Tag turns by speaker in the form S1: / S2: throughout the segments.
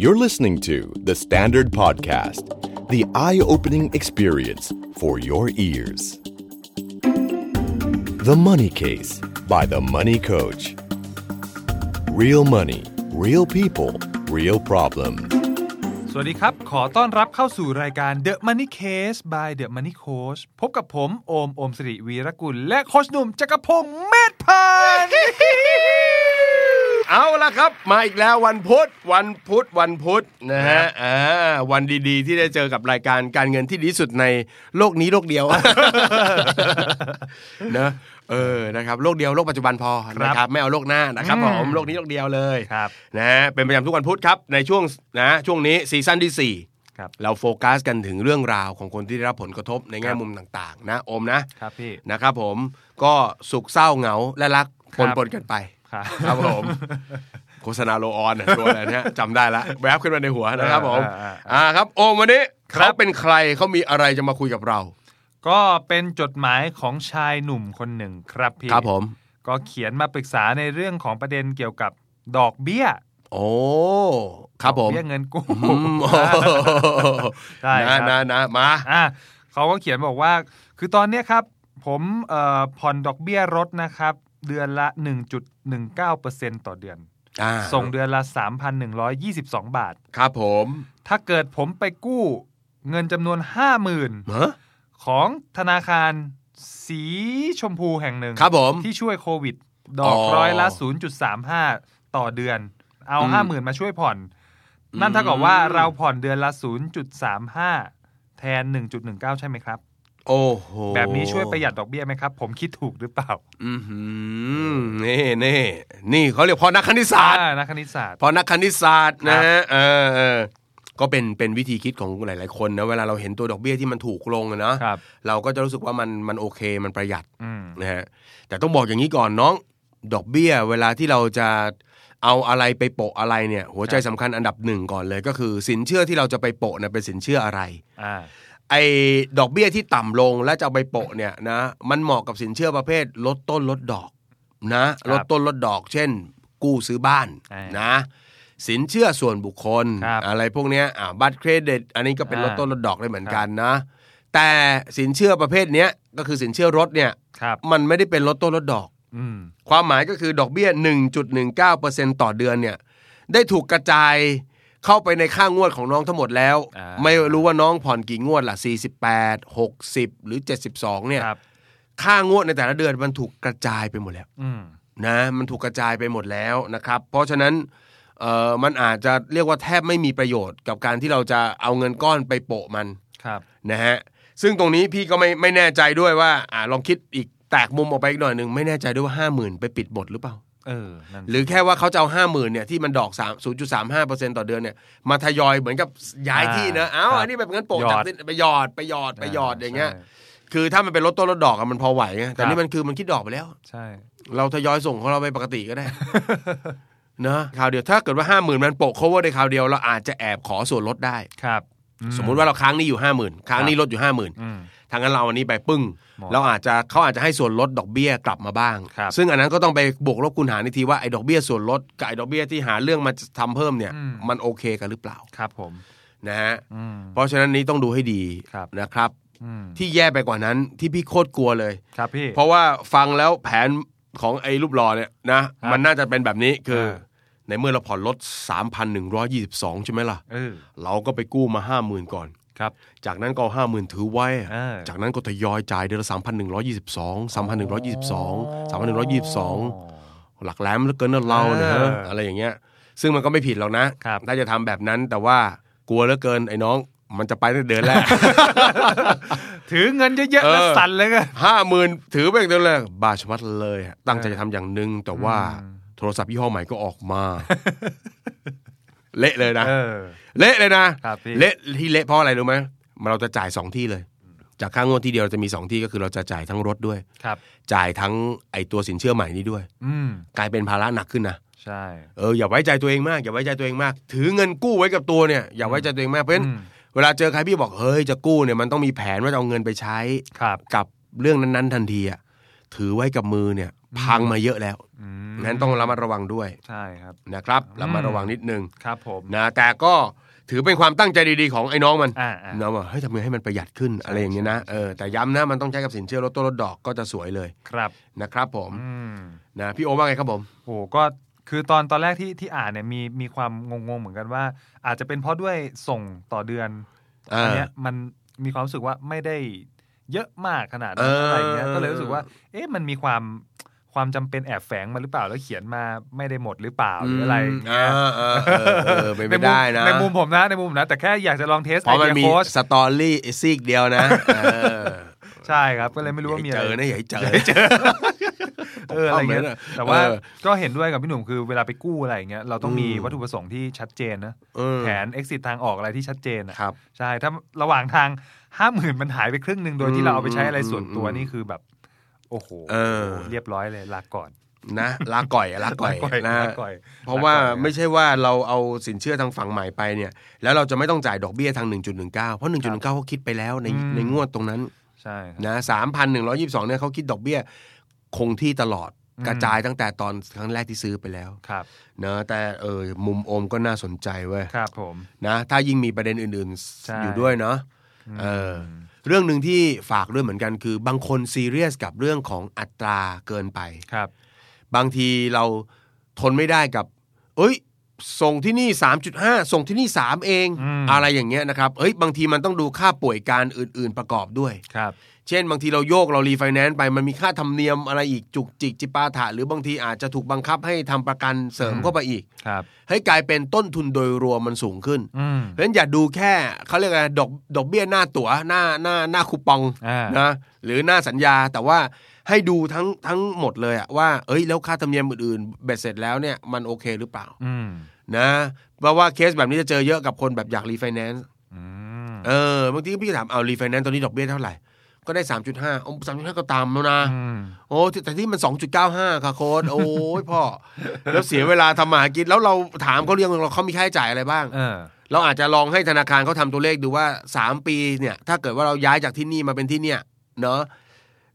S1: You're listening to The Standard Podcast, the eye opening experience for your ears. The Money Case by The Money Coach. Real money, real people, real problem.
S2: สวัสดีครับ ขอต้อนรับเข้าสู่รายการ The Money Case by The Money Coach พบกับผมโอม โอมสิริวีรกุล และโคชหนุ่มจักรพงษ์เมธพันธ์
S3: เอาละครับ มาอีกแล้ววันพุธวันพุธวันพุธนะฮะอ่าวันดีๆ ที่ได้เจอกับรายการการเงินที่ดีที่สุดในโลกนี้โลกเดียว เนอะเออนะครับโลกเดียวโลกปัจจุบันพอนะค
S2: ครั
S3: รั
S2: บบ
S3: ไม่เอาโลกหน้านะครับ
S2: อืม
S3: ผมโลกนี้โลกเดียวเลย
S2: ครับ
S3: นะฮะเป็นประจำทุกวันพุธครับในช่วงนะช่วงนี้ซีซั่นที่สี่
S2: ครับ
S3: เราโฟกัสกันถึงเรื่องราวของคนที่ได้รับผลกระทบในแง่มุมต่างๆ นะโอมนะครับ
S2: พี่
S3: นะครับผมก็สุขเศร้าเหงาและรัก
S2: ค
S3: ป
S2: รั
S3: น
S2: บ
S3: ปนๆกันไป
S2: ครับ
S3: ครับผม โฆษณาโลออนน่ะตัวอะไรเนี่ยจำได้ละแวบขึ้นมาในหัวนะครับผม
S2: อ่า
S3: อ่าครับ โอมวันนี้
S2: ครับ
S3: เขาเป็นใครเขามีอะไรจะมาคุยกับเรา
S2: ก็เป็นจดหมายของชายหนุ่มคนหนึ่งครับพี่
S3: ครับผม
S2: ก็เขียนมาปรึกษาในเรื่องของประเด็นเกี่ยวกับดอกเบี้ย
S3: โอ้ครับผม
S2: ดอกเบี้ยเงิ นกู้
S3: อืมโอ้
S2: ใช่ครั
S3: นะ
S2: บ
S3: นะนะมา
S2: อ่ะเขาก็เขียนบอกว่า คือตอนเนี้ยครับ ผมเอ่อผ่อนดอกเบี้ยรถนะครับ เดือนละ 1.19%ต่อเดือน
S3: อ่า
S2: ส่งเดือนละ 3,122 บาท
S3: ครับผม
S2: ถ้าเกิดผมไปกู้เงินจำนวน
S3: ฮะ
S2: 50,000 ของธนาคารสีชมพูแห่งหนึ่ง
S3: ครับผม
S2: ที่ช่วยโควิด ดอก
S3: อ๋อ
S2: ร้อยละ 0.35 ต่อเดือน เอา
S3: อืม
S2: 50,000 มาช่วยผ่อน นั่นเท่ากับว่าเราผ่อนเดือนละ 0.35 แทน 1.19 ใช่ไหมครับ
S3: โอ้โห
S2: แบบนี้ช่วยประหยัดดอกเบี้ยไหมครับ ผมคิดถูกหรือเปล่า
S3: อือหือนี่นี่นี่เขาเรียกพอนักคณิตศาสตร์
S2: อ่านักคณิตศาสตร์
S3: พอนักคณิตศาสตร์
S2: ครั
S3: นะ
S2: บ
S3: เออเออก็เป็นเป็นวิธีคิดของหลาย ๆ คนนะเวลาเราเห็นตัวดอกเบี้ยที่มันถูกลงอะนะครับ เราก็จะรู้สึกว่ามันมันโอเคมันประหยัด
S2: อืม
S3: นะฮะแต่ต้องบอกอย่างนี้ก่อนน้อง ดอกเบี้ย เวลาที่เราจะเอาอะไรไปโปะอะไรเนี่ย หัวใจ
S2: ครับ
S3: สำคัญอันดับหนึ่งก่อนเลย ก็คือสินเชื่อที่เราจะไปโปะเนี่ยเป็นสินเชื่ออะไร
S2: อ่า
S3: ไอ้ดอกเบี้ยที่ต่ำลงแล้วจะเอาไปโปะเนี่ยนะมันเหมาะกับสินเชื่อประเภทลดต้นลดดอกนะครับ ลดต้นลดดอก เช่น กู้ซื้อบ้าน
S2: อ่า
S3: นะ สินเชื่อส่วนบุคคล
S2: ครับ
S3: อะไรพวกเนี้ยอ่าบัตรเครดิต อันนี้ก็เป็น
S2: อ่า
S3: ลดต้นลดดอกได้เหมือนกันนะ แต่สินเชื่อประเภทเนี้ยก็คือสินเชื่อรถเนี่ย
S2: ครับ
S3: มันไม่ได้เป็นลดต้นลดดอก
S2: อืม
S3: ความหมายก็คือดอกเบี้ย 1.19%ต่อเดือนเนี่ยได้ถูกกระจายเข้าไปในค่างวดของน้องทั้งหมดแล้ว
S2: อ่า
S3: ไม่รู้ว่าน้องผ่อนกี่งวดล่ะ 48 60 หรือ 72เนี่ย
S2: ครับ
S3: ค่างวดในแต่ละเดือนมันถูกกระจายไปหมดแล้ว
S2: อืม
S3: นะมันถูกกระจายไปหมดแล้วนะครับ เพราะฉะนั้นเอ่อมันอาจจะเรียกว่าแทบไม่มีประโยชน์กับการที่เราจะเอาเงินก้อนไปโปะมัน
S2: ครับ
S3: นะฮะซึ่งตรงนี้พี่ก็ไม่ไม่แน่ใจด้วยว่าอ่าลองคิดอีกแตกมุมออกไปอีกหน่อยหนึ่งไม่แน่ใจด้วยว่าห้าหมื่นไปปิดบทหรือเปล่า
S2: เออ นั่น
S3: หรือแค่ว่าเขาจะเอาห้าหมื่นเนี่ยที่มันดอก3 0 3 5 ต่อเดือนเนี่ยมาทยอยเหมือนกับย้ายที่นะเอ้าอันนี้แบบเงินโปะจากไปหยอดไปหยอดไปหยอดอย่างเงี้ยคือถ้ามันเป็นลดต้นลดดอกอะมันพอไหวไงแต่นี่มันคือมันคิดดอกไปแล้ว
S2: ใช่
S3: เราทยอยส่งของเราไปปกติ ก็ได้ นะคราวเดียวถ้าเกิดว่าห้าหมื่นมันโปะ cover ในคราวเดียวเราอาจจะแอบขอส่วนลดได้
S2: ครับอื
S3: สมมุติว่าเราค้างหนี้อยู่ห้าหมื่นค้างหนี้ลดอยู่ห้าหมื่น
S2: อืม
S3: ทางนั้นเราเอาอันนี้ไปปึ้ง
S2: หมด
S3: เราอาจจะเขาอาจจะให้ส่วนลดดอกเบี้ยกลับมาบ้าง
S2: ครับ
S3: ซึ่งอันนั้นก็ต้องไปบวกลบคูณหารในทีว่าไอ้ดอกเบี้ยส่วนลดกับไอ้ดอกเบี้ยที่หาเรื่องมาทำเพิ่มเนี่ย มันโอเคกันหรือเปล่า
S2: ครับผม
S3: นะฮะ
S2: อืม
S3: เพราะฉะนั้นนี้ต้องดูให้ดี
S2: ครับ
S3: นะครับ
S2: อืม
S3: ที่แย่ไปกว่านั้นที่พี่โคตรกลัวเลย
S2: ครับพี่
S3: เพราะว่าฟังแล้วแผนของไอ้รูปหล่อเนี่ยนะครับ มันน่าจะเป็นแบบนี้คืออา ในเมื่อเราผ่อนลด 3,122 ใช่ไหมล่ะ
S2: เออ
S3: เราก็ไปกู้มา 50,000 ก่อน
S2: ครับ
S3: จากนั้นก็ห้าหมื่นถือไว้อะ
S2: เออ
S3: จากนั้นก็ทยอยจ่ายเดือนละสามพันหนึ่งร้อยยี่สิบสองสามพันหนึ่งร้อยยี่สิบสองสามพันหนึ่งร้อยยี่สิบสองหลักแหลมเหลือเกินนะเราเนี่ย
S2: เอ
S3: ฮะ
S2: ออ
S3: อะไรอย่างเงี้ย ซึ่งมันก็ไม่ผิดหรอกนะครับ ถ้าจะทำแบบนั้นแต่ว่ากลัวเหลือเกินไอ้น้อง มันจะไปตั้งแต่เดือนแรก
S2: ถือเงินเยอะๆ
S3: เออ
S2: แล้วสั่นเลยกัน
S3: ห้าหมื่นถือไปตั้งแต่เดือนแรกบาชมัดเลยอะตั้งใจจะทำอย่างหนึ่งแต่ว่า
S2: อืม
S3: โทรศัพท์ยี่ห้อใหม่ก็ออก มา เละเลยนะ
S2: เออ
S3: เละเลยนะครับ
S2: พี่
S3: เละที่เละเพราะอะไรรู้ไหมเราจะจ่ายสองที่เลย จากค่างวดที่เดียวเราจะมีสองที่ก็คือเราจะจ่ายทั้งรถด้วย
S2: ครับ
S3: จ่ายทั้งไอตัวสินเชื่อใหม่นี้ด้วย
S2: อืม
S3: กลายเป็นภาระหนักขึ้นนะ
S2: ใช่
S3: เอออย่าไว้ใจตัวเองมากอย่าไว้ใจตัวเองมาก ถือเงินกู้ไว้กับตัวเนี่ยอย่าไว้ใจตัวเองมากเพราะฉะนั้น
S2: อืม
S3: เวลาเจอใครพี่บอกเฮ้ยจะกู้เนี่ยมันต้องมีแผนว่าจะเอาเงินไปใช้
S2: ครับ
S3: กับเรื่องนั้นๆทันทีอะถือไว้กับมือเนี่ย พังมาเยอะแล้ว
S2: อืม
S3: นั้นต้องระมัดระวังด้วย
S2: ใช่ครับ
S3: นะครับ
S2: อืม
S3: ระมัดระวังนิดนึง
S2: ครับผม
S3: นะแต่ก็ถือเป็นความตั้งใจดีๆของไอ้น้องมัน
S2: อ่าอ่า
S3: นะว่าเฮ้ยทำไงให้มันประหยัดขึ้น
S2: ใช่
S3: อะไรอย่างเงี้ยนะ
S2: ใช่ใช่
S3: เออแต่ย้ำนะมันต้องใช้กับสินเชื่อลดต้นลดดอกก็จะสวยเลย
S2: ครับ
S3: นะครับ ผม
S2: อืม
S3: นะพี่โอว่าไงครับผม
S2: โหก็คือตอนตอนแรกที่ที่อ่านเนี่ยมีมีความงงๆเหมือนกันว่า อาจจะเป็นเพราะด้วยส่งต่อเดือน
S3: เอออั
S2: นเนี้ยมันมีความรู้สึกว่าไม่ได้เยอะมากขนาดนั้น
S3: เอออ
S2: อะไรเงี้ยก็เลยรู้สึกว่า เอ๊ะมันมีความความจำเป็นแอบแฝงมาหรือเปล่าแล้วเขียนมาไม่ได้หมดหรือเปล่าหรืออะไร
S3: ม
S2: เงี้ย
S3: เออเออเออเออเป็นไม่ได้นะ
S2: ในมุมในมุมผมนะในมุมผมนะ แต่แค่อยากจะลองเทส
S3: เพ
S2: ไอ
S3: ราะมัน
S2: เดีย
S3: มี
S2: โค้ช
S3: สตอรี่ซีกเดียวนะเออ
S2: ใช่ครับ ก็เลยไม่รู้ว่ามีอะไร
S3: ย่ให้เจอนะอย่าให้เจอเจอ
S2: เอออะไรเงี้ย
S3: เข้าเห
S2: แต่
S3: มือนอะ
S2: ว่า
S3: เออ
S2: ก็เห็นด้วยกับพี่หนุ่มคือเวลาไปกู้อะไรอย่างเงี้ยเราต้องมี
S3: อืม
S2: วัตถุประสงค์ที่ชัดเจนนะ
S3: เออ
S2: แผน exit ทางออกอะไรที่ชัดเจนอะ
S3: ครับ
S2: ใช่ถ้าระหว่างทางห้าหมื่นมันหายไปครึ่งหนึ่งโดย
S3: อื
S2: ที่
S3: ม
S2: เราเอาไปใช้อะไรส่วนตัว
S3: อืม
S2: นี่คือแบบ โอ้โห
S3: เออ
S2: เรียบร้อยเลยลาก่อน
S3: นะลาก่อยลาก่อยนะ
S2: ลาก่อย
S3: เพราะว่า
S2: ลก่อย
S3: ไม่ใช่ว่าเราเอาสินเชื่อทางฝั่งใหม่ไปเนี่ย แล้วเราจะไม่ต้องจ่ายดอกเบี้ยทาง 1.19 เพราะ 1.19เขาคิดไปแล้วในในงวดตรงนั้น
S2: ใช่ครับ
S3: นะ3,122เนี่ยเขาคิดดอกเบี้ยคงที่ตลอด
S2: อืม
S3: กระจายตั้งแต่ตอนครั้งแรกที่ซื้อไปแล้ว
S2: ครับ
S3: นะแต่เออมุมโอมก็น่าสนใจเว้ย
S2: ครับผม
S3: นะถ้ายิ่งมีประเด็นอื่น
S2: ใช่
S3: ๆ อยู่ด้วยเนาะเอออเรื่องหนึ่งที่ฝากด้วยเหมือนกันคือบางคนซีเรียสกับเรื่องของอัตราเกินไป
S2: ครับ
S3: บางทีเราทนไม่ได้กับ เอ้ย ส่งที่นี่ 3.5 ส่งที่นี่ 3 เอง
S2: อืม
S3: อะไรอย่างเงี้ยนะครับเอ้ยบางทีมันต้องดูค่าป่วยการอื่น ๆ ประกอบด้วย
S2: ครับ
S3: เช่น บางทีเราโยกเรารีไฟแนนซ์ไปมันมีค่าธรรมเนียมอะไรอีกจุกจิกจิปาถะหรือบางทีอาจจะถูกบังคับให้ทำประกันเสริมเข้าไปอีก
S2: ครับ
S3: ให้กลายเป็นต้นทุนโดยรวมมันสูงขึ้น
S2: อืม
S3: เพราะฉะนั้นอย่าดูแค่เขาเรียกอะไรดอกดอกเบี้ยหน้าตั๋วหน้าหน้าหน้าคูปอง
S2: อ่าน
S3: นะหรือหน้าสัญญาแต่ว่าให้ดูทั้งทั้งหมดเลยอะว่าเอ้ยแล้วค่าธรรมเนียมอื่นๆเบ็ดเสร็จแล้วเนี่ยมันโอเคหรือเปล่า
S2: อืม
S3: นะเพราะว่าเคสแบบนี้จะเจอเยอะกับคนแบบอยากรีไฟแนนซ์
S2: อืม
S3: เออบางทีพี่ก็ถามเอารีไฟแนนซ์ตอนนี้ดอกเบี้ยเท่าไหร่ ก็ได้ 3.5โอ้สามจุดห้าก็ตามแล้วนะ
S2: อืม
S3: โอ้แต่ที่มัน 2.95 ค่ะโค้ดโอ้ยพ่อ แล้วเสียเวลาทำหมากินแล้วเราถามเขาเรียงเราเขามีค่าใช้จ่ายอะไรบ้าง
S2: เออ
S3: เราอาจจะลองให้ธนาคารเขาทำตัวเลขดูว่า 3 ปีเนี่ย ถ้าเกิดว่าเราย้ายจากที่นี่มาเป็นที่เนี่ยเนาะ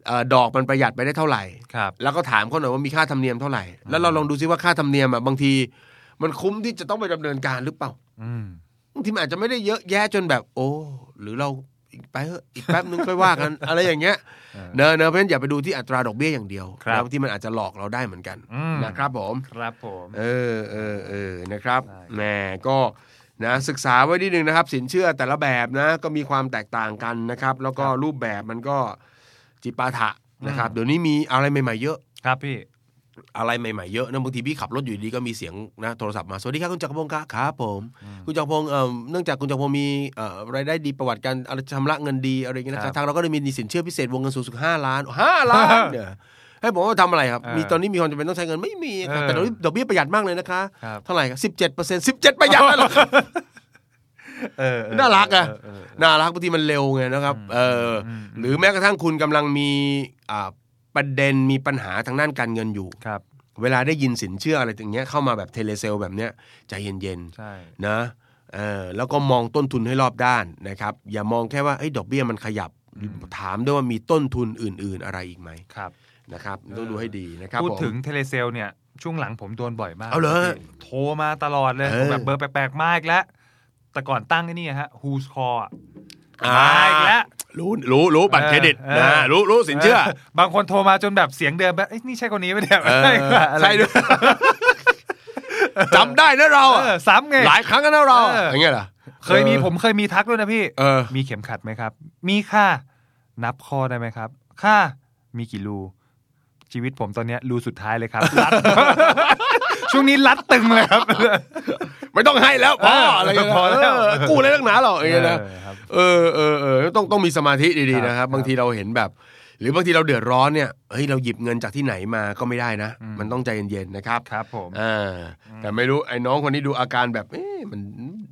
S3: เอ่อดอกมันประหยัดไปได้เท่าไหร่
S2: ครับ
S3: แล้วก็ถามเขาหน่อยว่ามีค่าธรรมเนียมเท่าไหร่ แล้วเราลองดูซิว่าค่าธรรมเนียมอ่ะบางที มันคุ้มที่จะต้องไปดำเนินการหรือเปล่า
S2: อืม
S3: บางทีมันอาจจะไม่ได้เยอะแยะจนแบบ โอ้ หรือเราอีกไปเถอะอีกแป๊บนึงค่อยว่า กัน อะไรอย่างเงี้ย
S2: เออ
S3: เนอะเนอะเพราะฉะนั้นอย่าไปดูที่อัตราดอกเบี้ยอย่างเดียว
S2: ครับ
S3: นะบางทีมันอาจจะหลอกเราได้เหมือนกัน
S2: อืม
S3: นะครับผม
S2: ครับผม
S3: เออเออเออนะครับ
S2: ใช่
S3: แหมก็นะศึกษาไว้นิดนึงนะครับ สินเชื่อแต่ละแบบนะก็มีความแตกต่างกันนะครับ แล้วก็รูปแบบมันก็จิปาถะนะครับ เดี๋ยวนี้มีอะไรใหม่ๆเยอะ
S2: ครับพี่
S3: อะไรใหม่ๆเยอะนะบางทีพี่ขับรถอยู่ดีก็มีเสียงนะโทรศัพท์มาสวัสดีครับคุณจักรพงศ์ครับครับผม คุณจักรพงศ์เอ่อเนื่องจากคุณจักรพงศ์มีเอ่อรายได้ดีประวัติการอะไรชำระเงินดีอะไรอย่างเงี้ยนะค
S2: ครั
S3: รับบ ทางเราก็เลยมีสินเชื่อพิเศษวงเงินสูงสุดห้า ล้านห้าล้านเนี่ยให้ผมว่าทำอะไรครับ
S2: เออ
S3: มีตอนนี้มีความจำเป็นต้องใช้เงินไม่มีครับ
S2: เออ
S3: แต่ดอกเบี้ยดอกเบี้ยประหยัดมากเลยนะคะ
S2: ครับ
S3: เท่าไหร่ครับสิบเจ็ดเปอร์เซ็นต์สิบเจ็ดประหยัดแล้วเหรอครับ
S2: เออเออ
S3: น่ารักอะ
S2: เเเออ
S3: น่ารักบางทีมันเร็วไงนะครับ เอออ
S2: ม
S3: หรือแม้กระทั่งคุณกำลังมีอ่าประเด็นมีปัญหาทางด้านการเงินอยู่
S2: ครับ
S3: เวลาได้ยินสินเชื่ออะไรอย่างเงี้ยเข้ามาแบบเทเลเซลแบบเนี้ยใจเย็น
S2: ใช่
S3: ๆนะเออแล้วก็มองต้นทุนให้รอบด้านนะครับ อย่ามองแค่ว่าเอ้ยดอกเบี้ยมันขยับ ถามด้วยว่ามีต้นทุนอื่น ๆ อะไรอีกไหม
S2: ครับ
S3: นะครับต้องดูให้ดีนะครับ
S2: พูด
S3: ผม
S2: ถึงเทเลเซลเนี่ย ช่วงหลังผมโดนบ่อยมาก
S3: เอาเหรอ
S2: พี่โทรมาตลอดเลย
S3: เออ
S2: แบบเบอร์แปลกๆ มาอีกแล้ว แต่ก่อนตั้งไอ้นี่ฮะ Who's Call อะ
S3: อ่าม
S2: มาอีกแล้ว
S3: รู้รู้รู้บัตรเครดิต
S2: เออ
S3: นะรู้รู้สินเชื่อ
S2: บางคนโทรมาจนแบบเสียงเดิมแบบเอ้ยนี่ใช่คนนี้ไหมเนี่ย
S3: เออ
S2: อะไร
S3: ใช่ด้วยจำได้นะเราอะ
S2: เออซ้ำไง
S3: หลายครั้งแล้วนะเรา
S2: เอออ
S3: อย่างเงี้ยเหรอ
S2: เคยมีผมเคยมีทักด้วยนะพี่
S3: เออ
S2: มีเข็มขัดไหมครับ มีค่ะ นับคอได้ไหมครับ ค่ะ มีกี่รู ชีวิตผมตอนเนี้ยรูสุดท้ายเลยครับ รัด ช่วงนี้รัดตึงเลยครับ
S3: ไม่ต้องให้แล้วพออะไรเงี้ย
S2: พอแล้ว
S3: เกู้อะไรนักหนาหรอกอย่างเงี้ยนะ
S2: เออครับ
S3: เออเออเออต้องต้องมีสมาธิดี
S2: ครั
S3: ๆ
S2: บ
S3: นะครับ บางทีเราเห็นแบบ หรือบางทีเราเดือดร้อนเนี่ยเฮ้ยเราหยิบเงินจากที่ไหนมาก็ไม่ได้นะ
S2: อืม
S3: มันต้องใจเย็นๆนะครับ
S2: ครับผม
S3: อ่าแต่ไม่รู้ไอ้น้องคนนี้ดูอาการแบบเอ๊ะมัน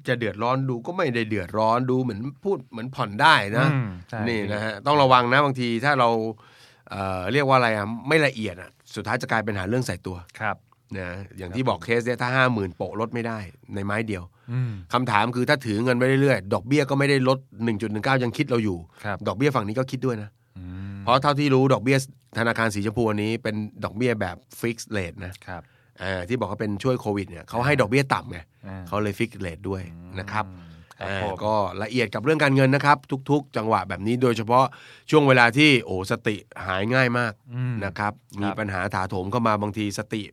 S3: จะเดือดร้อนดูก็ไม่ได้เดือดร้อนดูเหมือนพูดเหมือนผ่อนได้นะ
S2: อืมใช่
S3: นี่นะฮะต้องระวังนะบางทีถ้าเราเอ่อเรียกว่าอะไรอ่ะไม่ละเอียดอ่ะสุดท้ายจะกลายเป็นหาเรื่องใส่ตัว
S2: ครับ
S3: นะอย่างที่บอกเคสเนี่ยถ้าห้าหมื่นโปะลดไม่ได้ในไม้เดียว
S2: อืม
S3: คำถามคือถ้าถือเงินไว้เรื่อยๆ ดอกเบี้ยก็ไม่ได้ลด 1.19 ยังคิดเราอยู่
S2: ครับ
S3: ดอกเบี้ยฝั่งนี้ก็คิดด้วยนะ
S2: อืม
S3: เพราะเท่าที่รู้ดอกเบี้ยธนาคารสีชมพูอันนี้เป็นดอกเบี้ยแบบฟิกซ์เลทนะครับ เออที่บอกว่าเป็นช่วยโควิดเนี่ยเขาให้ดอกเบี้ยต่ำไง
S2: อ่า
S3: เขาเลยฟิกซ์เลทด้วยนะครับ
S2: ครับ
S3: อ่า
S2: ผม
S3: ก็ละเอียดกับเรื่องการเงินนะครับ ทุกๆ จังหวะแบบนี้โดยเฉพาะช่วงเวลาที่โอ้สติหายง่ายมาก
S2: อืม
S3: นะครับ มีปัญหาถาโถมเข้ามาบางทีสติ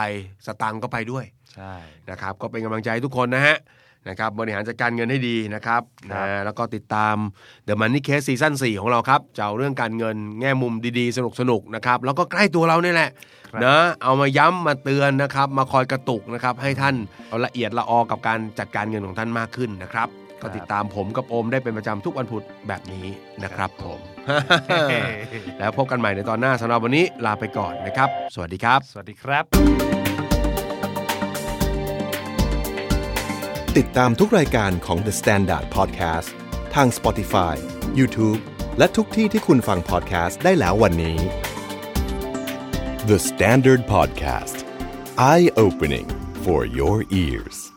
S3: ไปสตังค์ก็ไปด้วย
S2: ใช่
S3: นะครับ ก็เป็นกำลังใจให้ทุกคนนะฮะนะครับ บริหารจัดการเงินให้ดีนะครับ
S2: ครับ
S3: นะแล้วก็ติดตาม The Money Case ซีซั่น4ของเราครับจะเอาเรื่องการเงินแง่มุมดีๆ สนุกๆนะครับ แล้วก็ใกล้ตัวเราเนี่ยแหละนะเอามาย้ำมาเตือนนะครับ มาคอยกระตุกนะครับ ให้ท่านเอาละเอียดละออกับการจัดการเงินของท่านมากขึ้นนะครับ ก็ติดตามผมกับโอมได้เป็นประจำทุกวันพุธแบบนี้นะครับผม แล้วพบกันใหม่ในตอนหน้าสำหรับวันนี้ลาไปก่อนนะครับ สวัสดีครับ
S2: สวัสดีครับ
S1: ติดตามทุกรายการของ The Standard Podcast ทาง Spotify, YouTube และทุกที่ที่คุณฟัง podcast ได้แล้ววันนี้ The Standard Podcast Eye Opening for Your Ears